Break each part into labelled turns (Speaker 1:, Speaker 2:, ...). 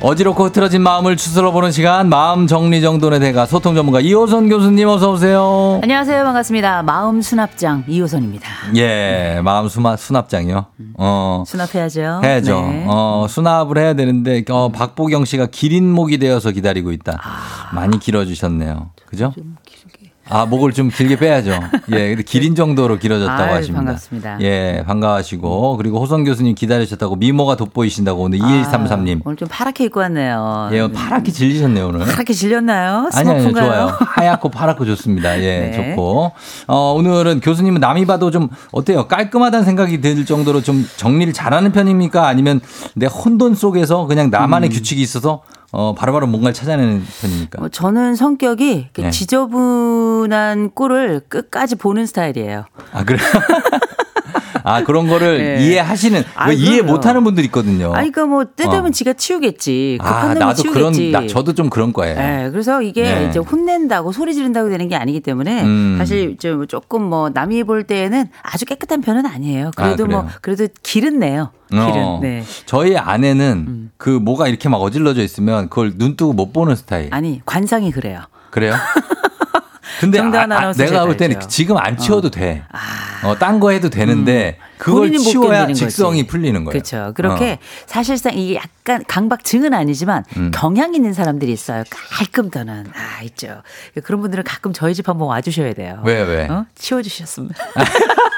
Speaker 1: 어지럽고 흐트러진 마음을 추스러보는 시간 마음 정리정돈의 대가 소통 전문가 이호선 교수님 어서 오세요
Speaker 2: 안녕하세요. 반갑습니다. 마음 수납장 이호선입니다.
Speaker 1: 예 마음 수마, 수납장이요 어
Speaker 2: 수납해야죠.
Speaker 1: 해야죠.
Speaker 2: 네. 음.
Speaker 1: 어, 수납을 해야 되는데, 어, 박보경 씨가 기린 목이 되어서 기다리고 있다.
Speaker 2: 아.
Speaker 1: 많이 길어주셨네요. 그죠? 아, 목을 좀 길게 빼야죠. 예, 근데 기린 정도로 길어졌다고
Speaker 2: 네. 아유,
Speaker 1: 하십니다.
Speaker 2: 반갑습니다.
Speaker 1: 예, 반가워하시고. 그리고 호성 교수님 기다리셨다고 미모가 돋보이신다고 오늘 2133님.
Speaker 2: 아, 오늘 좀 파랗게 입고 왔네요.
Speaker 1: 예, 파랗게 질리셨네요, 오늘.
Speaker 2: 파랗게 질렸나요?
Speaker 1: 아니, 아니,
Speaker 2: 스모프인가요?
Speaker 1: 좋아요. 하얗고 파랗고 좋습니다. 예,
Speaker 2: 네.
Speaker 1: 좋고. 어, 오늘은 교수님은 남이 봐도 좀 어때요? 깔끔하다는 생각이 들 정도로 좀 정리를 잘하는 편입니까? 아니면 내 혼돈 속에서 그냥
Speaker 2: 음.
Speaker 1: 나만의 규칙이 있어서 어, 바로바로 뭔가를 찾아내는 편입니까?
Speaker 2: 뭐 저는 성격이 이렇게
Speaker 1: 네.
Speaker 2: 지저분한 꼴을 끝까지 보는 스타일이에요.
Speaker 1: 아, 그래. 아, 그런 거를
Speaker 2: 네.
Speaker 1: 이해하시는,
Speaker 2: 아,
Speaker 1: 왜 이해
Speaker 2: 그럼요.
Speaker 1: 못하는 분들 있거든요.
Speaker 2: 아니, 그러니까 뭐, 때 되면
Speaker 1: 어.
Speaker 2: 지가 치우겠지.
Speaker 1: 아,
Speaker 2: 급한 놈이
Speaker 1: 나도 그런,
Speaker 2: 치우겠지.
Speaker 1: 나, 저도 좀 그런 거예요.
Speaker 2: 네, 그래서 이게
Speaker 1: 네.
Speaker 2: 이제 혼낸다고 소리 지른다고 되는 게 아니기 때문에
Speaker 1: 음.
Speaker 2: 사실 좀 조금 뭐 남이 볼 때에는 아주 깨끗한 편은 아니에요. 그래도
Speaker 1: 아, 그래요?
Speaker 2: 뭐 그래도 길은 내요. 길은.
Speaker 1: 어.
Speaker 2: 네. 음.
Speaker 1: 저희 아내는 그 뭐가 이렇게 막 어질러져 있으면 그걸 눈 뜨고 못 보는 스타일.
Speaker 2: 아니 관상이 그래요.
Speaker 1: 그래요? 근데 아,
Speaker 2: 정다은
Speaker 1: 아,
Speaker 2: 아나운서
Speaker 1: 내가
Speaker 2: 제가
Speaker 1: 볼 때는
Speaker 2: 알죠.
Speaker 1: 지금 안 치워도 돼.
Speaker 2: 아. 음.
Speaker 1: 어, 딴 거 해도 되는데 그걸
Speaker 2: 본인은 못
Speaker 1: 치워야
Speaker 2: 견디는
Speaker 1: 직성이
Speaker 2: 거지.
Speaker 1: 풀리는 거예요. 어.
Speaker 2: 그렇죠. 그렇게 사실상 이게 약간 강박증은 아니지만
Speaker 1: 음.
Speaker 2: 경향 있는 사람들이 있어요. 깔끔 더는 아 있죠. 그런 분들은 가끔 저희 집 한번 와주셔야 돼요.
Speaker 1: 왜, 네. 왜?
Speaker 2: 어? 치워주셨으면.
Speaker 1: 어.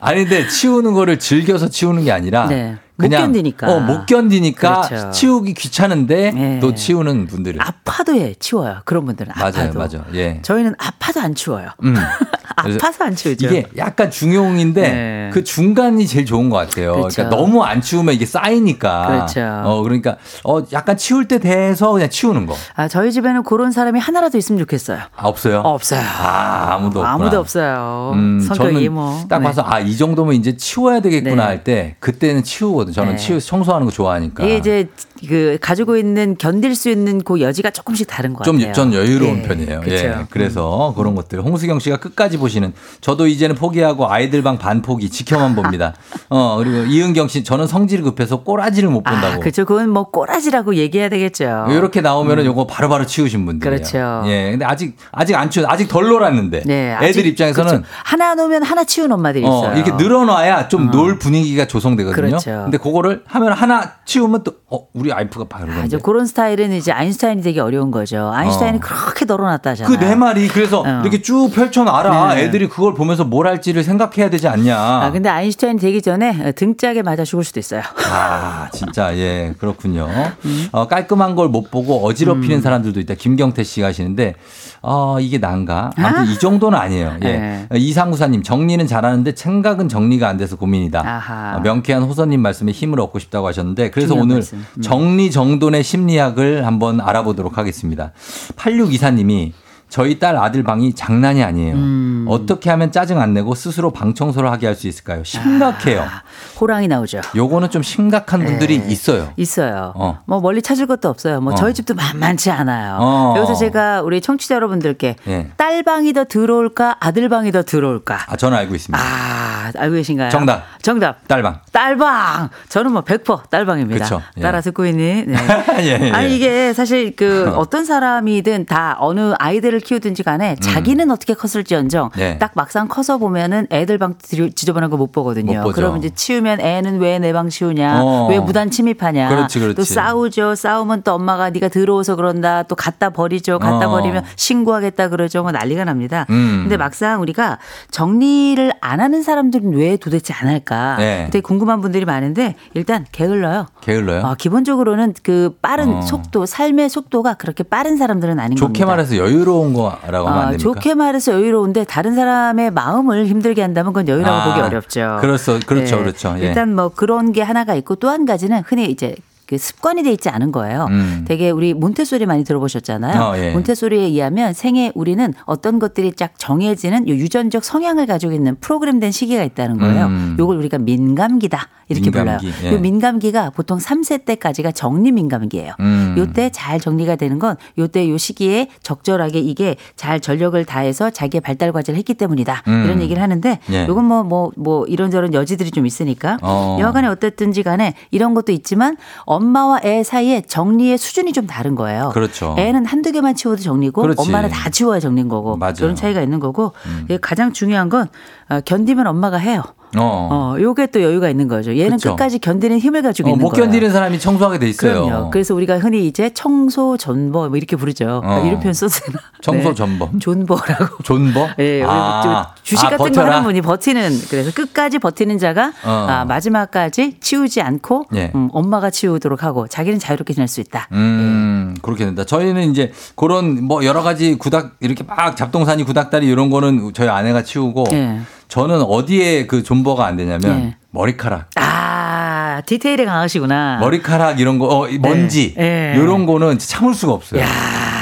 Speaker 1: 아니 근데 치우는 거를 즐겨서 치우는 게 아니라
Speaker 2: 네. 못
Speaker 1: 그냥
Speaker 2: 견디니까.
Speaker 1: 어, 못 견디니까
Speaker 2: 그렇죠.
Speaker 1: 치우기 귀찮은데
Speaker 2: 네.
Speaker 1: 또 치우는 분들은
Speaker 2: 아파도 해 치워요. 그런 분들은
Speaker 1: 맞아요,
Speaker 2: 아파도.
Speaker 1: 맞아요. 예.
Speaker 2: 저희는 아파도 안 치워요.
Speaker 1: 음. 그래서
Speaker 2: 아파서 안 치우죠.
Speaker 1: 이게 약간 중용인데
Speaker 2: 네.
Speaker 1: 그 중간이 제일 좋은 것 같아요. 그러니까
Speaker 2: 그렇죠.
Speaker 1: 너무 안 치우면 이게 쌓이니까.
Speaker 2: 그렇죠.
Speaker 1: 어 그러니까 어 약간 치울 때 돼서 그냥 치우는 거.
Speaker 2: 아, 저희 집에는 그런 사람이 하나라도 있으면 좋겠어요.
Speaker 1: 아, 없어요?
Speaker 2: 없어요.
Speaker 1: 아, 아무도 없구나.
Speaker 2: 아무도 없어요.
Speaker 1: 음,
Speaker 2: 성격이 뭐.
Speaker 1: 딱
Speaker 2: 네.
Speaker 1: 봐서 아 이 정도면 이제 치워야 되겠구나
Speaker 2: 네.
Speaker 1: 할 때 그때는 치우거든. 저는
Speaker 2: 네.
Speaker 1: 치우 청소하는 거 좋아하니까.
Speaker 2: 이게 이제 그 가지고 있는 견딜 수 있는 그 여지가 조금씩 다른 것 같아요.
Speaker 1: 좀전 여유로운
Speaker 2: 예,
Speaker 1: 편이에요.
Speaker 2: 그렇죠.
Speaker 1: 예. 그래서 그런 것들. 홍수경 씨가 끝까지 보시는 저도 이제는 포기하고 아이들 방 반포기 지켜만 봅니다. 어, 그리고 이은경 씨 저는 성질이 급해서 꼬라지를 못
Speaker 2: 아,
Speaker 1: 본다고.
Speaker 2: 그렇죠. 그건 뭐 꼬라지라고 얘기해야 되겠죠.
Speaker 1: 이렇게 나오면은 요거 바로바로 치우신 분들.
Speaker 2: 음. 그렇죠.
Speaker 1: 예. 근데 아직 아직 안 치우 아직 덜 놀았는데.
Speaker 2: 네, 아직-
Speaker 1: 애들 입장에서는
Speaker 2: 그렇죠. 하나 놓으면 하나 치운 엄마들이
Speaker 1: 어,
Speaker 2: 있어요. 음.
Speaker 1: 이렇게 늘어놔야 좀 놀 분위기가 조성되거든요.
Speaker 2: 그렇죠.
Speaker 1: 근데 그거를 하면 하나 치우면 또 어, 우리 와이프가 바로
Speaker 2: 아,
Speaker 1: 그런데.
Speaker 2: 저 그런 스타일은 이제 아인슈타인이 되기 어려운 거죠. 아인슈타인이
Speaker 1: 어.
Speaker 2: 그렇게 널어놨다잖아요.
Speaker 1: 그 내 말이 그래서
Speaker 2: 어.
Speaker 1: 이렇게 쭉 펼쳐놔라.
Speaker 2: 네.
Speaker 1: 애들이 그걸 보면서 뭘 할지를 생각해야 되지 않냐.
Speaker 2: 아, 근데 아인슈타인 되기 전에 등짝에 맞아 죽을 수도 있어요.
Speaker 1: 아, 진짜 예 그렇군요. 어, 깔끔한 걸 못 보고
Speaker 2: 음.
Speaker 1: 어지럽히는 사람들도 있다. 김경태 씨가 하시는데 어, 이게 난가? 아무튼 이 정도는 아니에요. 예.
Speaker 2: 네.
Speaker 1: 이상구사님 정리는 잘하는데 생각은 정리가 안 돼서 고민이다.
Speaker 2: 아하.
Speaker 1: 어, 명쾌한 호선님 말씀에 힘을 얻고 싶다고 하셨는데 그래서
Speaker 2: 중요한
Speaker 1: 오늘
Speaker 2: 말씀. 음.
Speaker 1: 정리 정돈의 심리학을 한번 알아보도록 하겠습니다. 8624님이 저희 딸 아들 방이 장난이 아니에요.
Speaker 2: 음.
Speaker 1: 어떻게 하면 짜증 안 내고 스스로 방 청소를 하게 할 수 있을까요? 심각해요.
Speaker 2: 아, 호랑이 나오죠.
Speaker 1: 요거는 좀 심각한 분들이
Speaker 2: 네.
Speaker 1: 있어요.
Speaker 2: 있어요.
Speaker 1: 어.
Speaker 2: 뭐 멀리 찾을 것도 없어요. 뭐
Speaker 1: 어.
Speaker 2: 저희 집도 만만치 않아요.
Speaker 1: 어.
Speaker 2: 여기서 제가 우리 청취자 여러분들께
Speaker 1: 예.
Speaker 2: 딸 방이 더 들어올까 아들 방이 더 들어올까
Speaker 1: 아, 저는 알고 있습니다.
Speaker 2: 아 알고 계신가요?
Speaker 1: 정답.
Speaker 2: 정답.
Speaker 1: 딸방.
Speaker 2: 딸방. 저는 뭐 100% 딸방입니다.
Speaker 1: 그쵸, 예.
Speaker 2: 따라 듣고 있니? 네.
Speaker 1: 예, 예.
Speaker 2: 아니 이게 사실 그 어떤 사람이든 다 어느 아이들을 키우든지 간에 자기는 어떻게 컸을지언정
Speaker 1: 음. 네.
Speaker 2: 딱 막상 커서 보면은 애들 방 지루- 지저분한 거 못 보거든요.
Speaker 1: 못 보죠.
Speaker 2: 그러면 이제 치우면 애는 왜 내 방 치우냐?
Speaker 1: 어.
Speaker 2: 왜 무단 침입하냐?
Speaker 1: 그렇지, 그렇지.
Speaker 2: 또 싸우죠. 싸우면 또 엄마가 네가 더러워서 그런다. 또 갖다 버리죠. 갖다
Speaker 1: 어.
Speaker 2: 버리면 신고하겠다 그러죠. 뭐 난리가 납니다.
Speaker 1: 음.
Speaker 2: 근데 막상 우리가 정리를 안 하는 사람들은 왜 도대체 안 할까?
Speaker 1: 네.
Speaker 2: 되게 궁금한 분들이 많은데 일단 게을러요.
Speaker 1: 게을러요?
Speaker 2: 어, 기본적으로는 그 빠른
Speaker 1: 어.
Speaker 2: 속도, 삶의 속도가 그렇게 빠른 사람들은 아닌
Speaker 1: 좋게
Speaker 2: 겁니다.
Speaker 1: 말해서 여유로운 거라고 하면 안
Speaker 2: 어,
Speaker 1: 됩니까?
Speaker 2: 좋게 말해서 여유로운데 다른 사람의 마음을 힘들게 한다면 그건 여유라고
Speaker 1: 아,
Speaker 2: 보기 어렵죠.
Speaker 1: 그렇소, 그렇죠, 그렇죠. 예.
Speaker 2: 일단 뭐 그런 게 하나가 있고 또 한 가지는 흔히 이제 그 습관이 돼 있지 않은 거예요.
Speaker 1: 음.
Speaker 2: 되게 우리 몬테소리 많이 들어보셨잖아요.
Speaker 1: 어, 예.
Speaker 2: 몬테소리에 의하면 생애 우리는 어떤 것들이 쫙 정해지는 요 유전적 성향을 가지고 있는 프로그램된 시기가 있다는 거예요.
Speaker 1: 음.
Speaker 2: 요걸 우리가 민감기다 이렇게
Speaker 1: 민감기,
Speaker 2: 불러요.
Speaker 1: 예.
Speaker 2: 요 민감기가 보통 3세 때까지가 정리 민감기예요.
Speaker 1: 음.
Speaker 2: 요때 잘 정리가 되는 건 요때 요 시기에 적절하게 이게 잘 전력을 다해서 자기의 발달 과제를 했기 때문이다.
Speaker 1: 음.
Speaker 2: 이런 얘기를 하는데
Speaker 1: 예.
Speaker 2: 요건 뭐 뭐 뭐 이런저런 여지들이 좀 있으니까
Speaker 1: 어.
Speaker 2: 여하간에 어쨌든지 간에 이런 것도 있지만 엄마와 애 사이에 정리의 수준이 좀 다른 거예요.
Speaker 1: 그렇죠.
Speaker 2: 애는 한두 개만 치워도 정리고
Speaker 1: 그렇지.
Speaker 2: 엄마는 다 치워야 정리인 거고
Speaker 1: 맞아요. 음.
Speaker 2: 그런 차이가 있는 거고 이게 가장 중요한 건 어, 견디면 엄마가 해요.
Speaker 1: 어.
Speaker 2: 어, 요게 또 여유가 있는 거죠. 얘는
Speaker 1: 그쵸.
Speaker 2: 끝까지 견디는 힘을 가지고
Speaker 1: 어,
Speaker 2: 있는
Speaker 1: 못
Speaker 2: 거예요.
Speaker 1: 견디는 사람이 청소하게 돼 있어요.
Speaker 2: 그럼요. 그래서 우리가 흔히 이제 청소 전버 뭐 이렇게 부르죠.
Speaker 1: 어.
Speaker 2: 이런 표현 써도 되나?
Speaker 1: 청소
Speaker 2: 네.
Speaker 1: 전범.
Speaker 2: 존버라고.
Speaker 1: 존버?
Speaker 2: 예, 우리 저 주식
Speaker 1: 아,
Speaker 2: 같은 거
Speaker 1: 버텨라.
Speaker 2: 하는 분이 버티는 그래서 끝까지 버티는 자가
Speaker 1: 어.
Speaker 2: 아, 마지막까지 치우지 않고
Speaker 1: 예.
Speaker 2: 음, 엄마가 치우도록 하고 자기는 자유롭게 지낼 수 있다. 예.
Speaker 1: 음, 그렇게 된다. 저희는 이제 그런 뭐 여러 가지 구닥 이렇게 막 잡동사니 구닥다리 이런 거는 저희 아내가 치우고
Speaker 2: 예.
Speaker 1: 저는 어디에 그 존버가 안 되냐면
Speaker 2: 예.
Speaker 1: 머리카락.
Speaker 2: 아 디테일에 강하시구나.
Speaker 1: 머리카락 이런 거, 어, 이 먼지
Speaker 2: 아. 예.
Speaker 1: 이런 거는 참을 수가 없어요.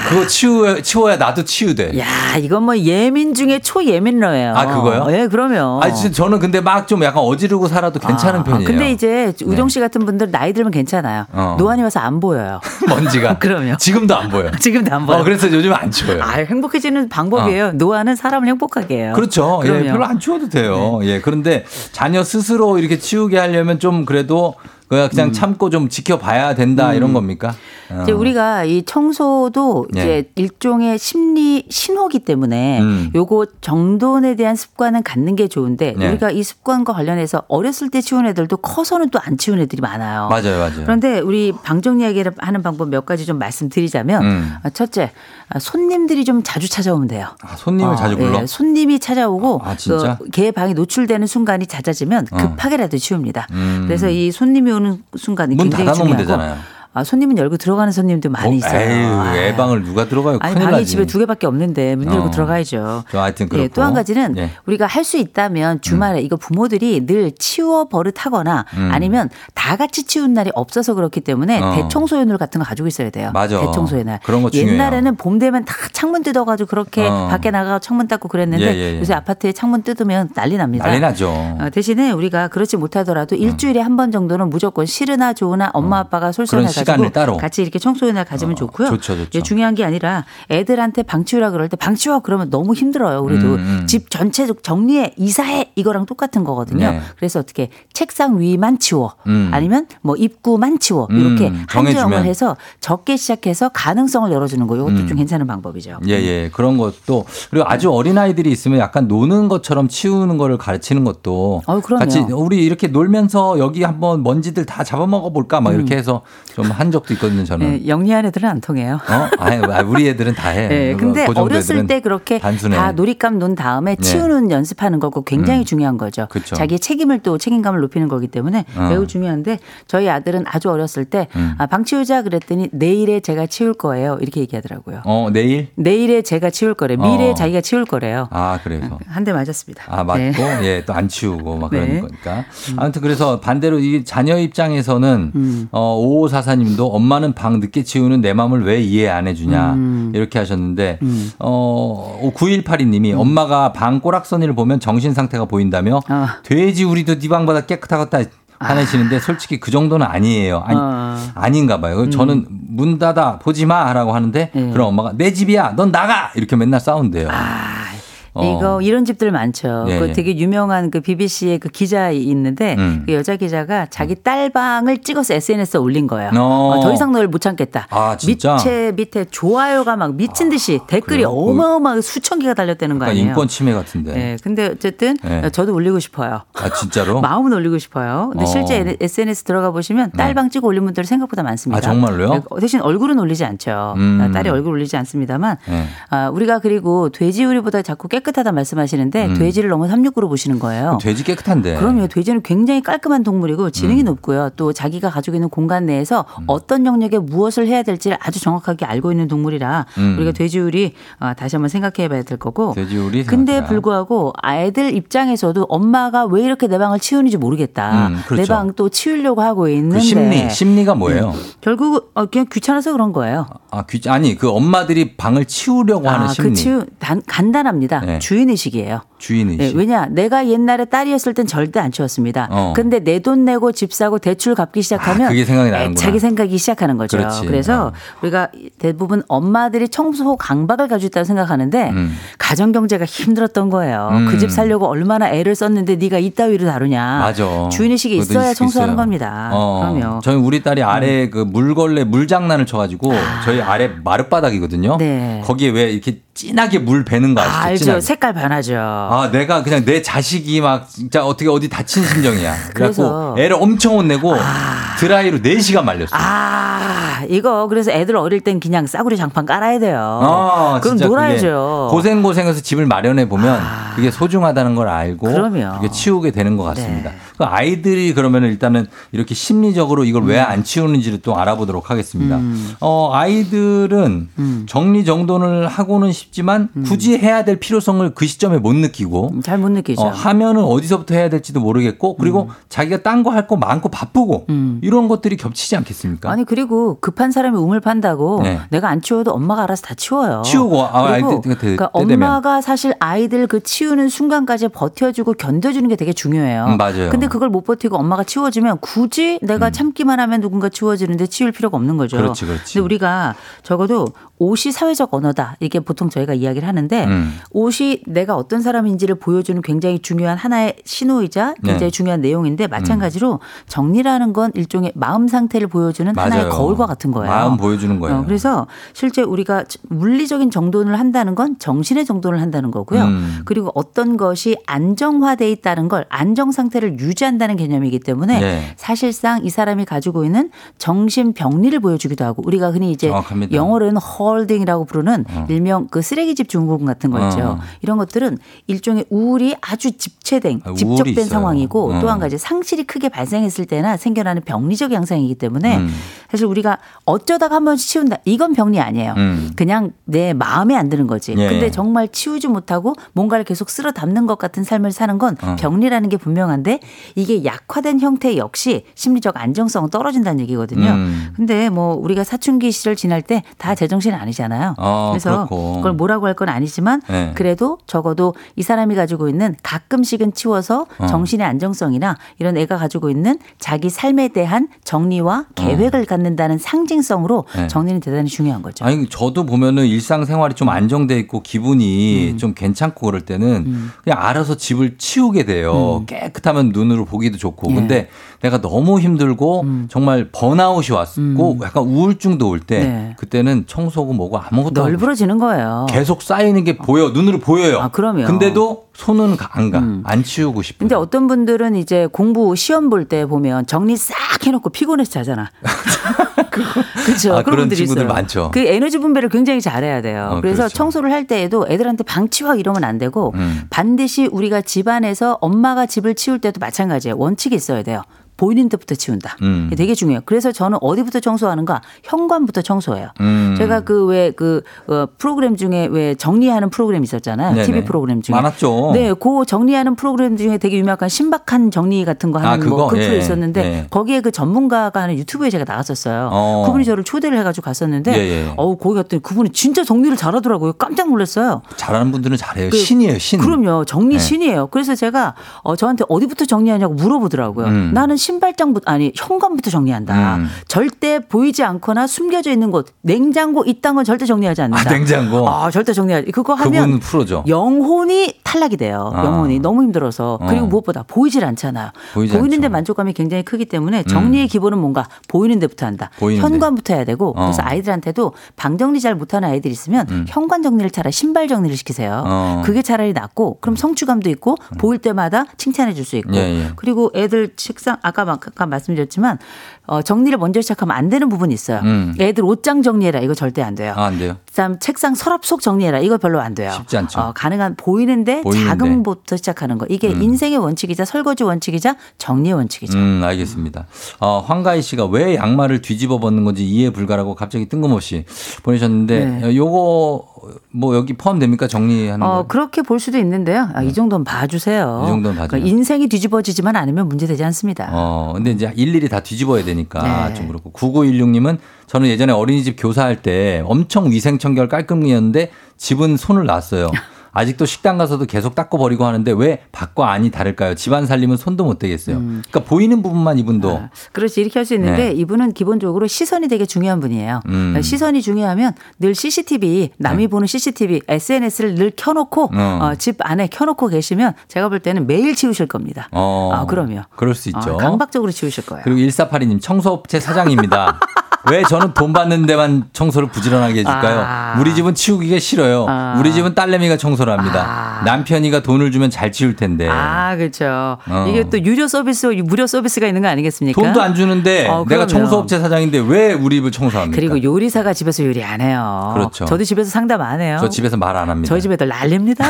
Speaker 1: 그거 치워, 치워야 나도 치유돼.
Speaker 2: 야 이건 뭐 예민 중에 초예민러예요.
Speaker 1: 아, 그거요?
Speaker 2: 예, 그럼요.
Speaker 1: 아, 진짜 저는 근데 막 좀 약간 어지르고 살아도 괜찮은
Speaker 2: 아,
Speaker 1: 편이에요. 네.
Speaker 2: 근데 이제 우정 씨 같은 분들 나이 들면 괜찮아요.
Speaker 1: 어.
Speaker 2: 노안이 와서 안 보여요.
Speaker 1: 먼지가.
Speaker 2: 그럼요.
Speaker 1: 지금도 안 보여.
Speaker 2: 지금도 안 보여.
Speaker 1: 어, 그래서 요즘 안 치워요.
Speaker 2: 아, 행복해지는 방법이에요. 노화는 사람을 행복하게 해요.
Speaker 1: 아. 그렇죠. 예,
Speaker 2: 그럼요. 네.
Speaker 1: 별로 안 치워도 돼요. 예, 그런데 자녀 스스로 이렇게 치우게 하려면 좀 그래도 그냥 그냥
Speaker 2: 음.
Speaker 1: 참고 좀 지켜봐야 된다 이런 겁니까? 어.
Speaker 2: 이제 우리가 이 청소도
Speaker 1: 예.
Speaker 2: 이제 일종의 심리 신호기 때문에
Speaker 1: 음.
Speaker 2: 요거 정돈에 대한 습관은 갖는 게 좋은데
Speaker 1: 예.
Speaker 2: 우리가 이 습관과 관련해서 어렸을 때 치운 애들도 커서는 또 안 치운 애들이 많아요.
Speaker 1: 맞아요, 맞아요.
Speaker 2: 어. 그런데 우리 방정 이야기를 하는 방법 몇 가지 좀 말씀드리자면
Speaker 1: 음.
Speaker 2: 아, 첫째 아, 손님들이 좀 자주 찾아오면 돼요.
Speaker 1: 아, 손님을
Speaker 2: 어,
Speaker 1: 자주 불러.
Speaker 2: 예, 손님이 찾아오고
Speaker 1: 아, 진짜? 어.
Speaker 2: 그 걔의 방이 노출되는 순간이 잦아지면 급하게라도 치웁니다.
Speaker 1: 음.
Speaker 2: 그래서 이 손님이 오는 순간이
Speaker 1: 문
Speaker 2: 굉장히
Speaker 1: 닫아놓으면
Speaker 2: 중요하고
Speaker 1: 되잖아요.
Speaker 2: 아, 손님은 열고 들어가는 손님도
Speaker 1: 어,
Speaker 2: 많이 있어요.
Speaker 1: 에휴,
Speaker 2: 아.
Speaker 1: 애방을 누가 들어가요?
Speaker 2: 아니
Speaker 1: 큰일
Speaker 2: 방이
Speaker 1: 나지.
Speaker 2: 집에 두 개밖에 없는데 문 열고
Speaker 1: 어.
Speaker 2: 들어가야죠.
Speaker 1: 또 하여튼 그렇고.
Speaker 2: 또 한 가지는
Speaker 1: 예. 음.
Speaker 2: 우리가 할 수 있다면 주말에 이거 부모들이 늘 치워 버릇하거나 아니면 다 같이 치운 날이 없어서 그렇기 때문에
Speaker 1: 어.
Speaker 2: 대청소의 날 같은 거 가지고 있어야 돼요.
Speaker 1: 맞아.
Speaker 2: 대청소의 날.
Speaker 1: 그런 거 중요해요.
Speaker 2: 옛날에는 봄 되면 다 창문 뜯어가지고 그렇게
Speaker 1: 어.
Speaker 2: 밖에 나가고 창문 닦고 그랬는데
Speaker 1: 예, 예, 예.
Speaker 2: 요새 아파트에 창문 뜯으면 난리 납니다.
Speaker 1: 난리 나죠.
Speaker 2: 어, 대신에 우리가 그렇지
Speaker 1: 어.
Speaker 2: 못하더라도 일주일에 한 번 정도는 무조건 싫으나 좋으나 엄마 아빠가
Speaker 1: 시간을
Speaker 2: 솔솔해가지고
Speaker 1: 따로.
Speaker 2: 같이 이렇게 청소의 날 가지면
Speaker 1: 어,
Speaker 2: 좋고요.
Speaker 1: 좋죠, 좋죠.
Speaker 2: 예, 중요한 게 아니라 애들한테 방 치우라 그럴 때 방 치워 그러면 너무 힘들어요.
Speaker 1: 음,
Speaker 2: 우리도
Speaker 1: 음.
Speaker 2: 집 전체 정리해 이사해 이거랑 똑같은 거거든요.
Speaker 1: 네.
Speaker 2: 그래서 어떻게 책상 위만 치워
Speaker 1: 음.
Speaker 2: 아니면 뭐 입구만 치워
Speaker 1: 음,
Speaker 2: 이렇게
Speaker 1: 정해주면.
Speaker 2: 한정을 해서 적게 시작해서 가능성을 열어주는 거 이것도 좀 괜찮은 방법이죠.
Speaker 1: 음. 예, 예. 그런 것도 그리고 아주 어린 아이들이 있으면 약간 노는 것처럼 치우는 거를 가르치는 것도
Speaker 2: 어우, 그럼요.
Speaker 1: 같이 우리 이렇게 놀면서 여기 한번 먼지들 다 잡아먹어 볼까 막 이렇게 해서 좀 한 적도 있거든요, 저는.
Speaker 2: 음. 예, 영리한 애들은 안 통해요.
Speaker 1: 어? 아니, 아, 우리 애들은 다 해.
Speaker 2: 예, 근데
Speaker 1: 그 정도
Speaker 2: 어렸을
Speaker 1: 애들은
Speaker 2: 때 그렇게
Speaker 1: 단순해.
Speaker 2: 다 놀잇감 논 다음에 치우는 연습하는 거고 굉장히 중요한 거죠.
Speaker 1: 예. 음. 그쵸.
Speaker 2: 자기의 책임을 또 책임감을 높이는 거기 때문에
Speaker 1: 어. 음.
Speaker 2: 매우 중요한데 저희 아들은 아주 어렸을 때 아, 방 치우자 그랬더니 내일에 제가 치울 거예요. 이렇게 얘기하더라고요.
Speaker 1: 어, 내일?
Speaker 2: 내일에 제가 치울 거래. 미래에
Speaker 1: 어.
Speaker 2: 자기가 치울 거래요.
Speaker 1: 아, 그래서.
Speaker 2: 한 대 맞았습니다.
Speaker 1: 아, 맞고,
Speaker 2: 네.
Speaker 1: 예, 또 안 치우고 막
Speaker 2: 네.
Speaker 1: 그런 거니까. 아무튼 그래서 반대로 이 자녀 입장에서는,
Speaker 2: 음.
Speaker 1: 어, 5544님도 엄마는 방 늦게 치우는 내 마음을 왜 이해 안 해주냐,
Speaker 2: 음.
Speaker 1: 이렇게 하셨는데, 어,
Speaker 2: 음.
Speaker 1: 9182님이 엄마가 방 꼬락서니를 보면 정신 상태가 보인다며,
Speaker 2: 어.
Speaker 1: 돼지 우리도 네 방보다 깨끗하겠다 화내시는데 솔직히 그 정도는 아니에요. 아니,
Speaker 2: 아. 어. 음.
Speaker 1: 아닌가 봐요. 저는 문 닫아 보지 마라고 하는데
Speaker 2: 예.
Speaker 1: 그럼 엄마가 내 집이야. 넌 나가. 이렇게 맨날 싸운대요.
Speaker 2: 아,
Speaker 1: 어.
Speaker 2: 이거 이런 집들 많죠.
Speaker 1: 예, 예.
Speaker 2: 그 되게 유명한 그 BBC의 그 기자 있는데
Speaker 1: 음.
Speaker 2: 그 여자 기자가 자기 딸방을 찍어서 SNS에 올린 거예요.
Speaker 1: 어.
Speaker 2: 어, 더 이상 너를 못 참겠다.
Speaker 1: 아, 진짜?
Speaker 2: 밑에 밑에 좋아요가 막 미친 듯이 댓글이
Speaker 1: 그래요?
Speaker 2: 어마어마하게 수천 개가 달렸다는 거
Speaker 1: 약간
Speaker 2: 아니에요.
Speaker 1: 인권 침해 같은데.
Speaker 2: 네, 근데 어쨌든
Speaker 1: 예.
Speaker 2: 저도 올리고 싶어요.
Speaker 1: 아 진짜로?
Speaker 2: 마음은 올리고 싶어요. 근데
Speaker 1: 어. 네.
Speaker 2: 실제 SNS 들어가 보시면 딸방 찍어 올린 분들 생각보다 많습니다.
Speaker 1: 아, 정말로요?
Speaker 2: 네, 대신 얼굴은 올리지 않죠. 아,
Speaker 1: 음.
Speaker 2: 딸이 얼굴 올리지 않습니다만
Speaker 1: 네.
Speaker 2: 아, 우리가 그리고 돼지 우리보다 자꾸 깨끗하다 말씀하시는데
Speaker 1: 음.
Speaker 2: 돼지를 너무 삼육구로 보시는 거예요.
Speaker 1: 돼지 깨끗한데.
Speaker 2: 그럼요. 돼지는 굉장히 깔끔한 동물이고
Speaker 1: 음.
Speaker 2: 지능이 높고요. 또 자기가 가지고 있는 공간 내에서 어떤 영역에 무엇을 해야 될지를 아주 정확하게 알고 있는 동물이라
Speaker 1: 음.
Speaker 2: 우리가 돼지우리 아, 다시 한번 생각해 봐야 될 거고.
Speaker 1: 돼지우리
Speaker 2: 근데
Speaker 1: 생각해라.
Speaker 2: 불구하고 아이들 입장에서도 엄마가 왜 이렇게 내 방을 치우는지 모르겠다.
Speaker 1: 음, 그렇죠.
Speaker 2: 내 방 또 치우려고 하고
Speaker 1: 그
Speaker 2: 있는데
Speaker 1: 심리 심리가 뭐예요?
Speaker 2: 결국 어, 그냥 귀찮아서 그런 거예요.
Speaker 1: 아 귀, 아니 그 엄마들이 방을 치우려고 하는 어, 심리.
Speaker 2: 그 치유 단, 간단합니다.
Speaker 1: 네.
Speaker 2: 주인 의식이에요.
Speaker 1: 주인이.
Speaker 2: 네, 왜냐 내가 옛날에 딸이었을 땐 절대 안 치웠습니다.
Speaker 1: 어.
Speaker 2: 근데 내 돈 내고 집 사고 대출 갚기 시작하면 네,
Speaker 1: 아, 그게 생각이 나는구나.
Speaker 2: 자기 생각이 시작하는 거죠.
Speaker 1: 그렇지. 어.
Speaker 2: 래서 우리가 대부분 엄마들이 청소 강박을 가지고 있다고 생각하는데
Speaker 1: 음.
Speaker 2: 가정 경제가 힘들었던 거예요.
Speaker 1: 음.
Speaker 2: 그 집 살려고 얼마나 애를 썼는데 네가 이따위로 다루냐.
Speaker 1: 맞아.
Speaker 2: 주인 의식이
Speaker 1: 그것도
Speaker 2: 있어야
Speaker 1: 의식이
Speaker 2: 청소하는
Speaker 1: 있어요.
Speaker 2: 겁니다.
Speaker 1: 어,
Speaker 2: 그럼요. 음.
Speaker 1: 저희 우리 딸이 아래 그 물걸레 물장난을 쳐가지고 저희 아래 마룻바닥이거든요.
Speaker 2: 네.
Speaker 1: 거기에 왜 이렇게 진하게 물 배는 거 아시죠?
Speaker 2: 아, 알죠.
Speaker 1: 진하게.
Speaker 2: 색깔 변하죠.
Speaker 1: 아, 내가 그냥 내 자식이 막 진짜 어떻게 어디 다친 심정이야. 그래갖고
Speaker 2: 그래서-
Speaker 1: 애를 엄청 혼내고 드라이로 4시간 말렸어.
Speaker 2: 아, 이거 그래서 애들 어릴 땐 그냥 싸구려 장판 깔아야 돼요.
Speaker 1: 아,
Speaker 2: 어, 그럼
Speaker 1: 진짜 그게
Speaker 2: 놀아야죠. 아.
Speaker 1: 고생고생해서 집을 마련해 보면 그게 소중하다는 걸 알고
Speaker 2: 그럼요.
Speaker 1: 그게 치우게 되는 것 같습니다.
Speaker 2: 네.
Speaker 1: 그 아이들이 그러면 일단은 이렇게 심리적으로 이걸
Speaker 2: 음.
Speaker 1: 왜 안 치우는지를 또 알아보도록 하겠습니다. 어, 아이들은
Speaker 2: 음.
Speaker 1: 정리정돈을 하고는 싶지만 굳이 해야 될 필요성을 그 시점에 못 느끼고
Speaker 2: 음, 잘 못 느끼죠. 음.
Speaker 1: 어, 하면은 어디서부터 해야 될지도 모르겠고 그리고 자기가 딴 거 할 거 많고 바쁘고 이런 것들이 겹치지 않겠습니까?
Speaker 2: 아니 그리고 급한 사람이 우물 판다고
Speaker 1: 그러니까. 네.
Speaker 2: 내가 안 치워도 엄마가 알아서 다 치워요.
Speaker 1: 치우고, 아, 아이들 때- 때-
Speaker 2: 그러니까
Speaker 1: 때 되면.
Speaker 2: 엄마가 사실 아이들 그 치우는 순간까지 버텨주고 견뎌주는 게 되게 중요해요.
Speaker 1: 음, 맞아요. 음.
Speaker 2: 근데 그걸 못 버티고 엄마가 치워주면 굳이 내가 참기만 하면 누군가 치워주는데 치울 필요가 없는 거죠.
Speaker 1: 그렇지, 그렇지.
Speaker 2: 근데 우리가 적어도 옷이 사회적 언어다 이게 보통 저희가 이야기를 하는데
Speaker 1: 음.
Speaker 2: 옷이 내가 어떤 사람인지를 보여주는 굉장히 중요한 하나의 신호이자 굉장히
Speaker 1: 네. 음.
Speaker 2: 중요한 내용인데 마찬가지로 정리라는 건 일종의 마음 상태를 보여주는 하나의
Speaker 1: 맞아요.
Speaker 2: 거울과 같은 거예요.
Speaker 1: 마음 보여주는 거예요.
Speaker 2: 어, 그래서 실제 우리가 물리적인 정돈을 한다는 건 정신의 정돈을 한다는 거고요.
Speaker 1: 음.
Speaker 2: 그리고 어떤 것이 안정화돼 있다는 걸 안정 상태를 유지한다는 개념이기 때문에
Speaker 1: 네.
Speaker 2: 사실상 이 사람이 가지고 있는 정신 병리를 보여주기도 하고 우리가 흔히 이제
Speaker 1: 정확합니다.
Speaker 2: 영어로는 홀딩이라고 부르는 일명 그 쓰레기집 증후군 같은 거 있죠.
Speaker 1: 어.
Speaker 2: 이런 것들은 일종의 우울이 아주 집체된
Speaker 1: 아, 우울이
Speaker 2: 집적된
Speaker 1: 있어요.
Speaker 2: 상황이고
Speaker 1: 어.
Speaker 2: 또 한 가지 상실이 크게 발생했을 때나 생겨나는 병리적 양상이기 때문에
Speaker 1: 음.
Speaker 2: 사실 우리가 어쩌다가 한 번씩 치운다 이건 병리 아니에요.
Speaker 1: 음.
Speaker 2: 그냥 내 마음에 안 드는 거지.
Speaker 1: 예.
Speaker 2: 근데 정말 치우지 못하고 뭔가를 계속 쓸어 담는 것 같은 삶을 사는 건
Speaker 1: 어.
Speaker 2: 병리라는 게 분명한데 이게 약화된 형태 역시 심리적 안정성은 떨어진다는 얘기거든요.
Speaker 1: 음.
Speaker 2: 근데 뭐 우리가 사춘기 시절 지날 때 다 제정신 아니잖아요.
Speaker 1: 어,
Speaker 2: 그래서
Speaker 1: 그렇고.
Speaker 2: 그걸 뭐라고 할 건 아니지만
Speaker 1: 네.
Speaker 2: 그래도 적어도 이 사람이 가지고 있는 가끔씩은 치워서
Speaker 1: 어.
Speaker 2: 정신의 안정성이나 이런 애가 가지고 있는 자기 삶에 대한 정리와 계획을 갖는다는 상징성으로
Speaker 1: 어. 네.
Speaker 2: 정리는 대단히 중요한 거죠.
Speaker 1: 아니 저도 보면은 일상생활이 좀 안정돼 있고 기분이
Speaker 2: 음.
Speaker 1: 좀 괜찮고 그럴 때는 그냥 알아서 집을 치우게 돼요. 깨끗하면 눈으로 보기도 좋고.
Speaker 2: 음. 예. 음.
Speaker 1: 근데 내가 너무 힘들고 정말 번아웃이 왔고 약간 우울증도 올 때
Speaker 2: 네.
Speaker 1: 그때는 청소고 뭐고 아무것도 하고
Speaker 2: 널브러지는 거예요.
Speaker 1: 계속 쌓이는 게 보여 눈으로 보여요.
Speaker 2: 아, 그럼요.
Speaker 1: 근데도 손은 안 가. 안 치우고 싶은.
Speaker 2: 근데 어떤 분들은 이제 공부 시험 볼 때 보면 정리 싹 해놓고 피곤해서 자잖아. 그렇죠.
Speaker 1: 아, 그런
Speaker 2: 분들이
Speaker 1: 친구들
Speaker 2: 있어요.
Speaker 1: 많죠.
Speaker 2: 그 에너지 분배를 굉장히 잘해야 돼요.
Speaker 1: 어,
Speaker 2: 그래서
Speaker 1: 그렇죠.
Speaker 2: 청소를 할 때에도 애들한테 방치화 이러면 안 되고
Speaker 1: 음.
Speaker 2: 반드시 우리가 집안에서 엄마가 집을 치울 때도 마찬가지예요. 원칙이 있어야 돼요. 보이는 데부터 치운다.
Speaker 1: 음.
Speaker 2: 이게 되게 중요해요. 그래서 저는 어디부터 청소하는가? 현관부터 청소해요.
Speaker 1: 음.
Speaker 2: 제가 그 왜 그 프로그램 중에 왜 정리하는 프로그램 있었잖아요.
Speaker 1: 네네.
Speaker 2: TV 프로그램 중에
Speaker 1: 많았죠.
Speaker 2: 네, 그 정리하는 프로그램 중에 되게 유명한 신박한 정리 같은 거
Speaker 1: 아,
Speaker 2: 하는
Speaker 1: 그거?
Speaker 2: 뭐그 프로
Speaker 1: 예,
Speaker 2: 있었는데
Speaker 1: 예.
Speaker 2: 거기에 그 전문가가 하는 유튜브에 제가 나갔었어요.
Speaker 1: 어.
Speaker 2: 그분이 저를 초대를 해가지고 갔었는데
Speaker 1: 예, 예.
Speaker 2: 어우 거기 갔더니 그분이 진짜 정리를 잘하더라고요. 깜짝 놀랐어요.
Speaker 1: 잘하는 분들은 잘해요.
Speaker 2: 그-
Speaker 1: 신이에요, 신.
Speaker 2: 그럼요. 정리
Speaker 1: 네.
Speaker 2: 신이에요. 그래서 제가 어, 저한테 어디부터 정리하냐고 물어보더라고요.
Speaker 1: 음.
Speaker 2: 나는 신발장부터 아니 현관부터 정리한다.
Speaker 1: 음.
Speaker 2: 절대 보이지 않거나 숨겨져 있는 곳, 냉장고 이딴 건 절대 정리하지 않는다.
Speaker 1: 아, 냉장고?
Speaker 2: 아, 절대 정리하지. 그거
Speaker 1: 그분
Speaker 2: 하면
Speaker 1: 프로죠.
Speaker 2: 영혼이 탈락이 돼요.
Speaker 1: 아.
Speaker 2: 영혼이 너무 힘들어서 그리고
Speaker 1: 어.
Speaker 2: 무엇보다 보이질 않잖아요.
Speaker 1: 보이지
Speaker 2: 보이는데
Speaker 1: 않죠. 음.
Speaker 2: 만족감이 굉장히 크기 때문데 정리의 기본은 뭔가 보이는 데부터 한다.
Speaker 1: 보이는
Speaker 2: 현관부터 해야 되고
Speaker 1: 어. 음.
Speaker 2: 그래서 아이들한테도 방 정리 잘 못하는 아이들이 있으면 현관 정리를 차라리 신발 정리를 시키세요.
Speaker 1: 어. 음.
Speaker 2: 그게 차라리 낫고 그럼 성취감도 있고 보일 때마다 칭찬해 줄 수 있고
Speaker 1: 예, 예.
Speaker 2: 그리고 애들 책상 아까 막- 아까 말씀드렸지만 어, 정리를 먼저 시작하면 안 되는 부분이 있어요.
Speaker 1: 음.
Speaker 2: 애들 옷장 정리해라 이거 절대 안 돼요.
Speaker 1: 아, 안 돼요.
Speaker 2: 그다음 책상 서랍 속 정리해라. 이거 별로 안 돼요.
Speaker 1: 쉽지 않죠.
Speaker 2: 어, 가능한 보이는데,
Speaker 1: 보이는데.
Speaker 2: 작은 것부터 시작하는 거. 이게 인생의 원칙이자 설거지 원칙이자 정리의 원칙이죠.
Speaker 1: 음, 알겠습니다. 어, 황가희 씨가 왜 양말을 뒤집어 벗는 건지 이해 불가라고 갑자기 뜬금없이 보내셨는데
Speaker 2: 네.
Speaker 1: 어, 요거 뭐 여기 포함됩니까? 정리하는
Speaker 2: 어,
Speaker 1: 거.
Speaker 2: 그렇게 볼 수도 있는데요. 아, 이 정도는 봐주세요.
Speaker 1: 음. 이 정도는 봐줘요.
Speaker 2: 그러니까 인생이 뒤집어지지만 않으면 문제되지 않습니다.
Speaker 1: 어, 근데 이제 일일이 다 뒤집어야 되니까
Speaker 2: 네.
Speaker 1: 좀 그렇고. 9916님은 저는 예전에 어린이집 교사할 때 엄청 위생청결 깔끔이었는데 집은 손을 놨어요. 아직도 식당 가서도 계속 닦고 버리고 하는데 왜 밖과 안이 다를까요? 집안 살림은 손도 못 대겠어요. 그러니까 보이는 부분만 이분도
Speaker 2: 음. 아, 그렇지 이렇게 할 수 있는데
Speaker 1: 네.
Speaker 2: 이분은 기본적으로 시선이 되게 중요한 분이에요. 그러니까
Speaker 1: 음. 네.
Speaker 2: 시선이 중요하면 늘 CCTV 남이 보는 CCTV SNS를 늘 켜놓고
Speaker 1: 어.
Speaker 2: 어, 집 안에 켜놓고 계시면 제가 볼 때는 매일 치우실 겁니다.
Speaker 1: 어.
Speaker 2: 아 그럼요.
Speaker 1: 그럴 수 있죠.
Speaker 2: 아, 강박적으로 치우실 거예요.
Speaker 1: 그리고 1482님 청소업체 사장입니다. 왜 저는 돈 받는 데만 청소를 부지런하게 해줄까요?
Speaker 2: 아.
Speaker 1: 우리 집은 치우기가 싫어요.
Speaker 2: 아.
Speaker 1: 우리 집은 딸내미가 청소를 합니다.
Speaker 2: 아.
Speaker 1: 남편이가 돈을 주면 잘 치울 텐데.
Speaker 2: 아, 그렇죠.
Speaker 1: 예. 어.
Speaker 2: 이게 또 유료 서비스, 무료 서비스가 있는 거 아니겠습니까?
Speaker 1: 돈도 안 주는데
Speaker 2: 어,
Speaker 1: 내가
Speaker 2: 그럼요.
Speaker 1: 청소업체 사장인데 왜 우리 집을 청소합니까?
Speaker 2: 그리고 요리사가 집에서 요리 안 해요.
Speaker 1: 그러니까. 그렇죠.
Speaker 2: 저도 집에서 상담 안 해요.
Speaker 1: 저 집에서 말 안 합니다.
Speaker 2: 저희 집 애들 난립니다.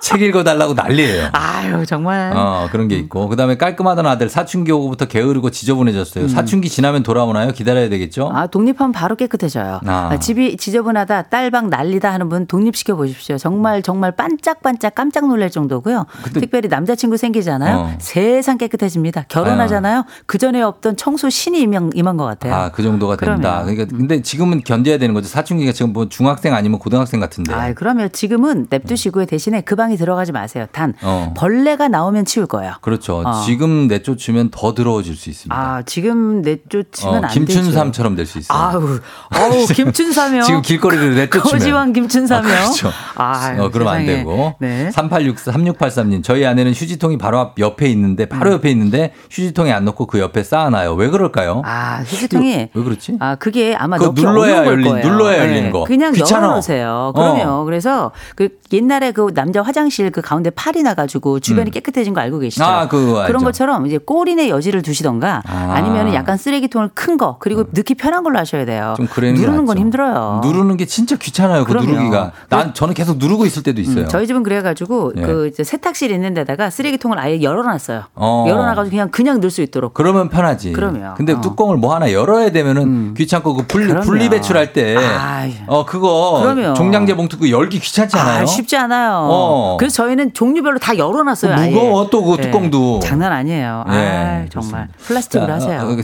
Speaker 1: 책 읽어달라고 난리예요.
Speaker 2: 아유, 정말.
Speaker 1: 어, 그런 게 있고. 그 다음에 깔끔하던 아들 사춘기 오고부터 게으르고 지저분해졌어요. 사춘기 지나면 돌아오나요? 기다려야 되겠죠?
Speaker 2: 음. 아, 독립하면 바로 깨끗해져요.
Speaker 1: 아.
Speaker 2: 아, 집이 지저분하다, 딸방 난리다 하는 분 독립시켜 보십시오. 정말 정말 반짝반짝 깜짝 놀랄 정도고요.
Speaker 1: 근데-
Speaker 2: 특별히 남자친구 생기잖아요.
Speaker 1: 어.
Speaker 2: 세상 깨끗해집니다. 결혼하잖아요. 그 전에 없던 청소 신이 임한, 임한 것 같아요.
Speaker 1: 아, 그 정도가 된다.
Speaker 2: 네. 그럼요. 음.
Speaker 1: 그러니까 근데 지금은 견뎌야 되는 거죠. 사춘기가 지금 뭐 중학생 아니면 고등학생 같은데.
Speaker 2: 아, 그러면 지금은 냅두시고요. 대신에 그 방에 들어가지 마세요. 단
Speaker 1: 음. 어.
Speaker 2: 벌레가 나오면 치울 거예요.
Speaker 1: 그렇죠.
Speaker 2: 어.
Speaker 1: 지금 내쫓으면 더 더러워질 수 있습니다.
Speaker 2: 아, 지금 내쫓으면
Speaker 1: 어,
Speaker 2: 안 되죠.
Speaker 1: 김춘삼처럼 될 수 있어요.
Speaker 2: 아우, 어우, 김춘삼이요.
Speaker 1: 지금 길거리를 내쫓으면
Speaker 2: 거지왕 김춘삼이요.
Speaker 1: 아, 그렇죠.
Speaker 2: 아유,
Speaker 1: 어, 그럼 안
Speaker 2: 세상에.
Speaker 1: 되고.
Speaker 2: 네.
Speaker 1: 3864 3683님 저희 아내는 휴지통이 바로 앞 옆에 있는데
Speaker 2: 음.
Speaker 1: 바로 옆에 있는데 휴지통에 안 놓고 그 옆에 쌓아놔요. 왜 그럴까요?
Speaker 2: 아, 휴지통이
Speaker 1: 왜 그렇지?
Speaker 2: 아, 그게 아마
Speaker 1: 그거
Speaker 2: 넣기
Speaker 1: 눌러야
Speaker 2: 어려운 걸
Speaker 1: 열린-
Speaker 2: 거예요. 네.
Speaker 1: 눌러야 열리는 거.
Speaker 2: 그냥
Speaker 1: 귀찮아. 어.
Speaker 2: 열어놓으세요. 그럼요. 그래서 그 옛날에 그 남자 화장실 그 가운데 팔이 나가지고 주변이 깨끗해진 거 알고 계시죠?
Speaker 1: 음. 아, 그거 알죠.
Speaker 2: 런 것처럼 이제 꼬린의 여지를 두시던가
Speaker 1: 아. 음.
Speaker 2: 아. 니면 약간 쓰레기통을 큰 거 그리고 넣기 편한 걸로 하셔야 돼요.
Speaker 1: 좀 그러는 게
Speaker 2: 아, 누르는 건
Speaker 1: 낫죠.
Speaker 2: 힘들어요.
Speaker 1: 누르는 게 진짜 귀찮아요. 그
Speaker 2: 그럼요.
Speaker 1: 누르기가. 난
Speaker 2: 그래서- 음,
Speaker 1: 저는 계속 누르고 있을 때도 있어요.
Speaker 2: 저희 집은 그래가지고
Speaker 1: 예.
Speaker 2: 그 이제 세탁실 있는 데다가 쓰레기통을 아예 열어놨어요.
Speaker 1: 어.
Speaker 2: 열어놔가지고 그냥 그냥 넣을 수 있도록.
Speaker 1: 그러면 편하지.
Speaker 2: 그럼요.
Speaker 1: 근데
Speaker 2: 어. 음.
Speaker 1: 뚜껑을 뭐 하나 열어야 되면은 귀찮고 그 분리
Speaker 2: 그럼요.
Speaker 1: 분리 배출할 때
Speaker 2: 아유.
Speaker 1: 어, 그거
Speaker 2: 그럼요.
Speaker 1: 종량제 봉투 그 열기 귀찮지 않아요?
Speaker 2: 아, 쉽지 않아요.
Speaker 1: 어.
Speaker 2: 그래서 저희는 종류별로 다 열어놨어요. 아예.
Speaker 1: 무거워, 또그
Speaker 2: 네.
Speaker 1: 뚜껑도.
Speaker 2: 장난 아니에요.
Speaker 1: 예,
Speaker 2: 아
Speaker 1: 그렇습니다.
Speaker 2: 정말 플라스틱으로 하세요.
Speaker 1: 어, 어,
Speaker 2: 네.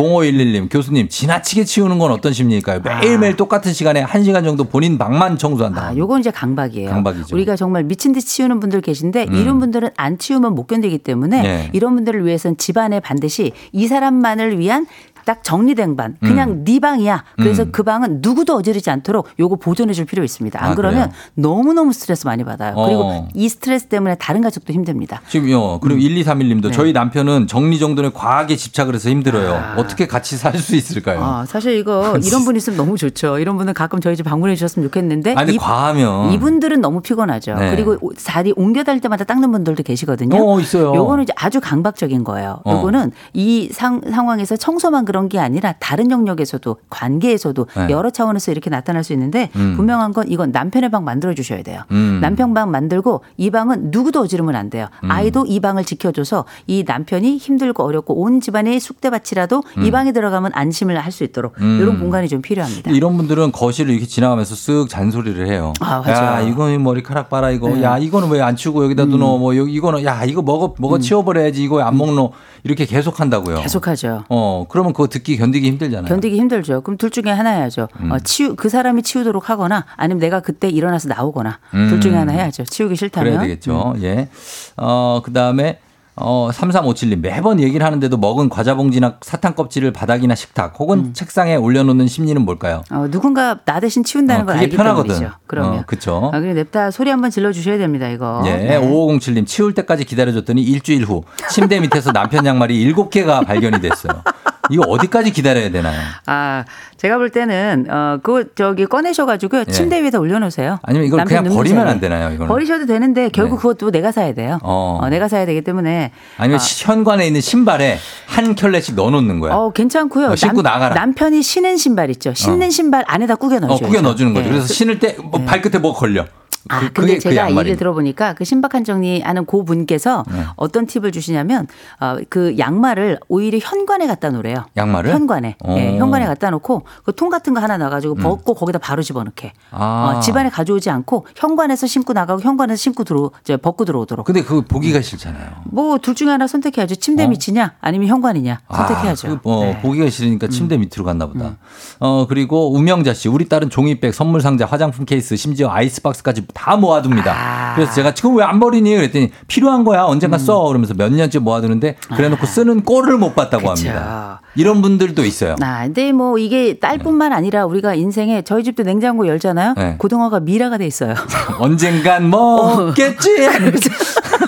Speaker 1: 0511님 교수님 지나치게 치우는 건 어떤 심리일까요? 매일매일 똑같은 시간에 1시간 정도 본인 방만 청소한다.
Speaker 2: 아, 요건 이제 강박이에요.
Speaker 1: 강박이죠. 음.
Speaker 2: 우리가 정말 미친 듯이 치우는 분들 계신데 이런 분들은 안 치우면 못 견디기 때문에
Speaker 1: 예.
Speaker 2: 이런 분들을 위해서는 집안에 반드시 이 사람만을 위한 딱 정리된 반
Speaker 1: 음.
Speaker 2: 그냥 네 방이야 그래서 그 방은 누구도 어지르지 않도록 요거 보존해 줄 필요 있습니다 안
Speaker 1: 아,
Speaker 2: 그러면
Speaker 1: 그래요?
Speaker 2: 너무너무 스트레스 많이 받아요
Speaker 1: 어.
Speaker 2: 그리고 이 스트레스 때문에 다른 가족도 힘듭니다
Speaker 1: 지금요. 어, 그리고 1231님도
Speaker 2: 네.
Speaker 1: 저희 남편은 정리정돈에 과하게 집착을 해서 힘들어요. 어떻게 같이 살 수 있을까요?
Speaker 2: 아, 사실 이거 이런 분 있으면 너무 좋죠. 이런 분은 가끔 저희 집 방문해 주셨으면 좋겠는데
Speaker 1: 아니
Speaker 2: 이-
Speaker 1: 과하면
Speaker 2: 네? 이분들은 너무 피곤하죠.
Speaker 1: 어. 네.
Speaker 2: 그리고 오- 자리 옮겨 다닐 때마다 닦는 분들도 계시거든요.
Speaker 1: 어, 있어요.
Speaker 2: 요거는 이제 아주 강박적인 거예요.
Speaker 1: 어.
Speaker 2: 요거는 이 상, 상황에서 청소만 그런 게 아니라 다른 영역에서도 관계에서도
Speaker 1: 네.
Speaker 2: 여러 차원에서 이렇게 나타날 수 있는데 분명한 건 이건 남편의 방 만들어 주셔야 돼요.
Speaker 1: 음.
Speaker 2: 남편 방 만들고 이 방은 누구도 어지르면 안 돼요. 아이도 이 방을 지켜줘서 이 남편이 힘들고 어렵고 온 집안의 숙대밭이라도
Speaker 1: 음.
Speaker 2: 이 방에 들어가면 안심을 할 수 있도록 이런 공간이 좀 필요합니다.
Speaker 1: 뭐 이런 분들은 거실을 이렇게 지나가면서 쓱 잔소리를 해요.
Speaker 2: 아, 맞아요. 네. 음.
Speaker 1: 야, 이거는 머리카락 봐라 이거. 야, 이거는 왜 안 치우고 여기다 넣어? 뭐 여기 이거는 야, 이거 먹어 먹어 치워버려야지 이거 안 먹노. 이렇게 계속 한다고요.
Speaker 2: 계속하죠.
Speaker 1: 어, 그러면 그거 듣기 견디기 힘들잖아요.
Speaker 2: 네. 견디기 힘들죠. 그럼 둘 중에 하나 해야죠.
Speaker 1: 음.
Speaker 2: 어, 치우 그 사람이 치우도록 하거나 아니면 내가 그때
Speaker 1: 음.
Speaker 2: 일어나서 나오거나 둘 중에 하나 해야죠. 치우기 싫다면.
Speaker 1: 그래야 되겠죠. 예. 어, 그다음에 어, 3357님, 매번 얘기를 하는데도 먹은 과자 봉지나 사탕 껍질을 바닥이나 식탁 혹은
Speaker 2: 음.
Speaker 1: 책상에 올려놓는 심리는 뭘까요?
Speaker 2: 어, 누군가 나 대신 치운다는
Speaker 1: 어,
Speaker 2: 걸
Speaker 1: 그게
Speaker 2: 알기
Speaker 1: 편하거든.
Speaker 2: 때문이죠. 그럼요.
Speaker 1: 어, 그쵸.
Speaker 2: 아, 그래 냅다 소리 한번 질러 주셔야 됩니다. 이거.
Speaker 1: 예,
Speaker 2: 네.
Speaker 1: 5507님 치울 때까지 기다려줬더니 일주일 후 침대 밑에서 남편 양말이 일곱 개가 발견이 됐어요. 이거 어디까지 기다려야 되나요?
Speaker 2: 아, 제가 볼 때는 어, 그거 저기 꺼내셔 가지고요.
Speaker 1: 예.
Speaker 2: 침대 위에다 올려 놓으세요.
Speaker 1: 아니면 이걸
Speaker 2: 남편
Speaker 1: 그냥
Speaker 2: 눈물
Speaker 1: 버리면
Speaker 2: 사이에.
Speaker 1: 안 되나요, 이거는?
Speaker 2: 버리셔도 되는데 결국
Speaker 1: 네.
Speaker 2: 그것도 내가 사야 돼요.
Speaker 1: 어.
Speaker 2: 어, 내가 사야 되기 때문에
Speaker 1: 아니면
Speaker 2: 아,
Speaker 1: 시- 현관에 있는 신발에 한 켤레씩 넣어놓는 거야.
Speaker 2: 어, 괜찮고요.
Speaker 1: 어, 신고 나가라.
Speaker 2: 남편이 신은 신발 있죠. 신는 신발 안에다 꾸겨 넣어
Speaker 1: 어,
Speaker 2: 줘요.
Speaker 1: 구겨 넣어주는 거죠. 그래서 신을 때 뭐 발끝에 뭐 걸려.
Speaker 2: 그렇죠. 네. 아,
Speaker 1: 그-
Speaker 2: 근데
Speaker 1: 그
Speaker 2: 제가
Speaker 1: 양말이네.
Speaker 2: 얘기를 들어보니까 그 신박한 정리 하는 고 분께서
Speaker 1: 네.
Speaker 2: 어떤 팁을 주시냐면 어, 그 양말을 오히려 현관에 갖다 놓으래요.
Speaker 1: 양말을?
Speaker 2: 현관에.
Speaker 1: 어.
Speaker 2: 예, 현관에 갖다 놓고 그 통 같은 거 하나 놔가지고 벗고 거기다 바로 집어넣게.
Speaker 1: 음. 아.
Speaker 2: 어, 집안에 가져오지 않고 현관에서 신고 나가고 현관에서 신고 들어, 저, 벗고 들어오도록.
Speaker 1: 근데 그거 보기가 싫잖아요.
Speaker 2: 뭐 둘 중에 하나 선택해야죠. 침대 밑이냐 아니면 현관이냐 선택해야죠.
Speaker 1: 아, 그, 어,
Speaker 2: 네. 음.
Speaker 1: 보기가 싫으니까 침대 밑으로 갔나 보다. 어, 그리고 우명자 씨, 우리 딸은 종이백, 선물 상자, 화장품 케이스, 심지어 아이스박스까지 다 모아둡니다.
Speaker 2: 아. 음.
Speaker 1: 그래서 제가 지금 왜 안 버리니? 그랬더니 필요한 거야. 언젠가 써. 그러면서 몇 년째 모아두는데 그래놓고 쓰는 꼴을 못 봤다고
Speaker 2: 그쵸.
Speaker 1: 합니다. 이런 분들도 있어요.
Speaker 2: 아, 근데 뭐 이게 딸뿐만 아니라 우리가 인생에 저희 집도 냉장고 열잖아요.
Speaker 1: 네.
Speaker 2: 고등어가 미라가 돼 있어요.
Speaker 1: 언젠간
Speaker 2: 어.
Speaker 1: 먹겠지.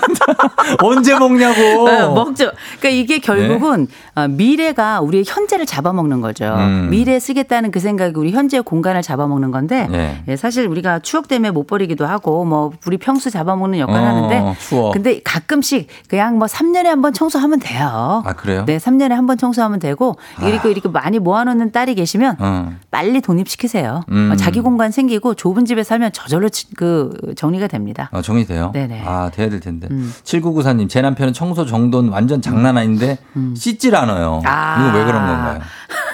Speaker 1: 언제
Speaker 2: 네,
Speaker 1: 먹냐고.
Speaker 2: 먹죠. 그러니까 이게 결국은 어, 미래가 우리의 현재를 잡아먹는 거죠.
Speaker 1: 네. 음.
Speaker 2: 미래에 쓰겠다는 그 생각이 우리 현재의 공간을 잡아먹는 건데
Speaker 1: 네.
Speaker 2: 예, 사실 우리가 추억 때문에 못 버리기도 하고 뭐 우리 평수 잡아먹는 역할을
Speaker 1: 어,
Speaker 2: 하는데
Speaker 1: 추억.
Speaker 2: 근데 가끔씩 그냥 뭐 3년에 한 번 청소하면 돼요.
Speaker 1: 아, 그래요? 아.
Speaker 2: 네, 3년에 한 번 청소하면 되고 그리고 이렇게 많이 모아놓는 딸이 계시면
Speaker 1: 어.
Speaker 2: 빨리 독립시키세요.
Speaker 1: 음.
Speaker 2: 어, 자기 공간 생기고 좁은 집에 살면 저절로 치- 그 정리가 됩니다.
Speaker 1: 어, 정이 돼요?
Speaker 2: 네네. 음.
Speaker 1: 아, 돼야 될 텐데. 7994님, 제 남편은 청소 정도는 완전 장난 아닌데 씻질 않아요.
Speaker 2: 음. 아.
Speaker 1: 이거 왜 그런 건가요?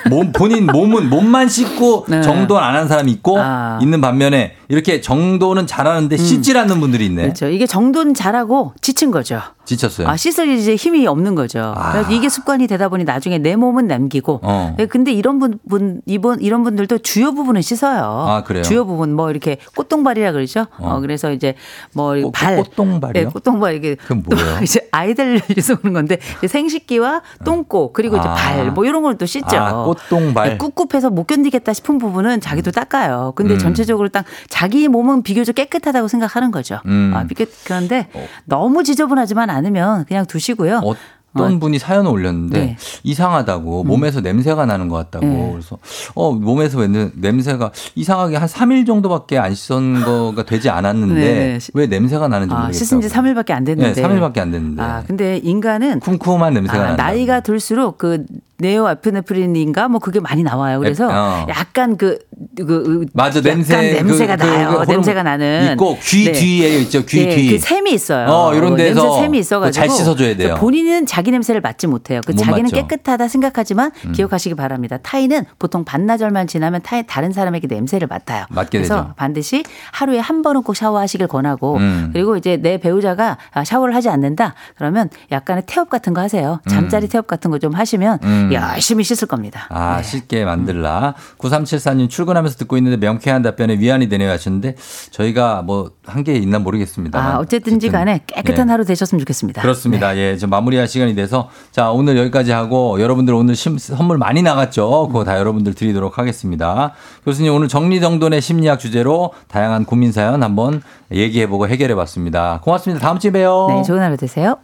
Speaker 1: 몸, 본인 몸은 몸만 씻고
Speaker 2: 네.
Speaker 1: 정도는 안 한 사람이 있고
Speaker 2: 아. 음.
Speaker 1: 있는 반면에 이렇게 정도는 잘하는데 씻질 않는 분들이 있네.
Speaker 2: 그렇죠. 이게 정돈 잘하고 지친 거죠.
Speaker 1: 지쳤어요.
Speaker 2: 아, 씻을 이제 힘이 없는 거죠.
Speaker 1: 아.
Speaker 2: 그래서 이게 습관이 되다 보니 나중에 내 몸은 남기고.
Speaker 1: 어.
Speaker 2: 예, 근데 이런 분, 분 이번 이런 분들도 주요 부분은 씻어요.
Speaker 1: 아, 그래요?
Speaker 2: 주요 부분 뭐 이렇게 꽃동발이라 그러죠. 어,
Speaker 1: 어.
Speaker 2: 그래서 이제 뭐
Speaker 1: 꽃-
Speaker 2: 발.
Speaker 1: 꽃동발이요?
Speaker 2: 예, 꽃동발 이게
Speaker 1: 그건 뭐예요?
Speaker 2: 또 이제 아이들 위해서 그런 건데 이제 생식기와 똥꼬 그리고 이제
Speaker 1: 아.
Speaker 2: 발 뭐 이런 걸 또 씻죠.
Speaker 1: 아, 꽃동발. 음.
Speaker 2: 예, 꿉꿉해서 못 견디겠다 싶은 부분은 자기도 닦아요. 근데 전체적으로 딱 자기 몸은 비교적 깨끗하다고 생각하는 거죠.
Speaker 1: 음. 어.
Speaker 2: 아, 비교- 그런데 너무 지저분하지만 않으면 그냥 두시고요.
Speaker 1: 어떤 분이 사연을 올렸는데
Speaker 2: 네.
Speaker 1: 이상하다고 몸에서 냄새가 나는 것 같다고
Speaker 2: 네.
Speaker 1: 그래서 어 몸에서 왜 냄- 냄새가 이상하게 한 3일 정도밖에 안 씻은 거가 되지 않았는데
Speaker 2: 네.
Speaker 1: 왜 냄새가 나는지
Speaker 2: 아,
Speaker 1: 모르겠다고.
Speaker 2: 씻은 지 3일밖에 안 됐는데.
Speaker 1: 네, 3일밖에 안 됐는데.
Speaker 2: 아, 근데 인간은
Speaker 1: 쿰쿰한 냄새가
Speaker 2: 아,
Speaker 1: 난다.
Speaker 2: 나이가 들수록 그 네오아피네프린인가 뭐 그게 많이 나와요. 그래서
Speaker 1: 에, 어.
Speaker 2: 약간 그, 그, 그
Speaker 1: 맞아
Speaker 2: 약간
Speaker 1: 냄새 그,
Speaker 2: 냄새가 나요.
Speaker 1: 호르몬
Speaker 2: 냄새가 나는
Speaker 1: 있고 귀
Speaker 2: 네.
Speaker 1: 뒤에 있죠 귀
Speaker 2: 네,
Speaker 1: 뒤.
Speaker 2: 그 샘이 있어요.
Speaker 1: 어, 이런 데서
Speaker 2: 냄새 샘이 있어가지고
Speaker 1: 그거 잘 씻어줘야 돼요.
Speaker 2: 그래서 본인은 자기 냄새를 맡지 못해요. 그
Speaker 1: 못
Speaker 2: 자기는
Speaker 1: 맡죠. 음.
Speaker 2: 깨끗하다 생각하지만 기억하시기 바랍니다. 타인은 보통 반나절만 지나면 타인 다른 사람에게 냄새를 맡아요.
Speaker 1: 맡게
Speaker 2: 그래서
Speaker 1: 되죠.
Speaker 2: 반드시 하루에 한 번은 꼭 샤워하시길 권하고
Speaker 1: 음.
Speaker 2: 그리고 이제 내 배우자가 아, 샤워를 하지 않는다 그러면 약간의 태업 같은 거 하세요. 잠자리 태업 같은 거 좀 하시면
Speaker 1: 음.
Speaker 2: 열심히 씻을 겁니다.
Speaker 1: 아,
Speaker 2: 음.
Speaker 1: 쉽게 만들라. 9374님 출근하면서 듣고 있는데 명쾌한 답변에 위안이 되네요 하시는데 저희가 뭐 한 게 있나 모르겠습니다.
Speaker 2: 아, 어쨌든지 간에 깨끗한 하루 되셨으면
Speaker 1: 네.
Speaker 2: 좋겠습니다. 네.
Speaker 1: 그렇습니다. 예, 지금 마무리할 시간이 돼서 자 오늘 여기까지 하고 여러분들 오늘 심- 선물 많이 나갔죠. 그거 다 여러분들 드리도록 하겠습니다. 교수님 오늘 정리정돈의 심리학 주제로 다양한 고민 사연 한번 얘기해보고 해결해봤습니다. 고맙습니다. 다음 주에 봬요.
Speaker 2: 네, 좋은 하루 되세요.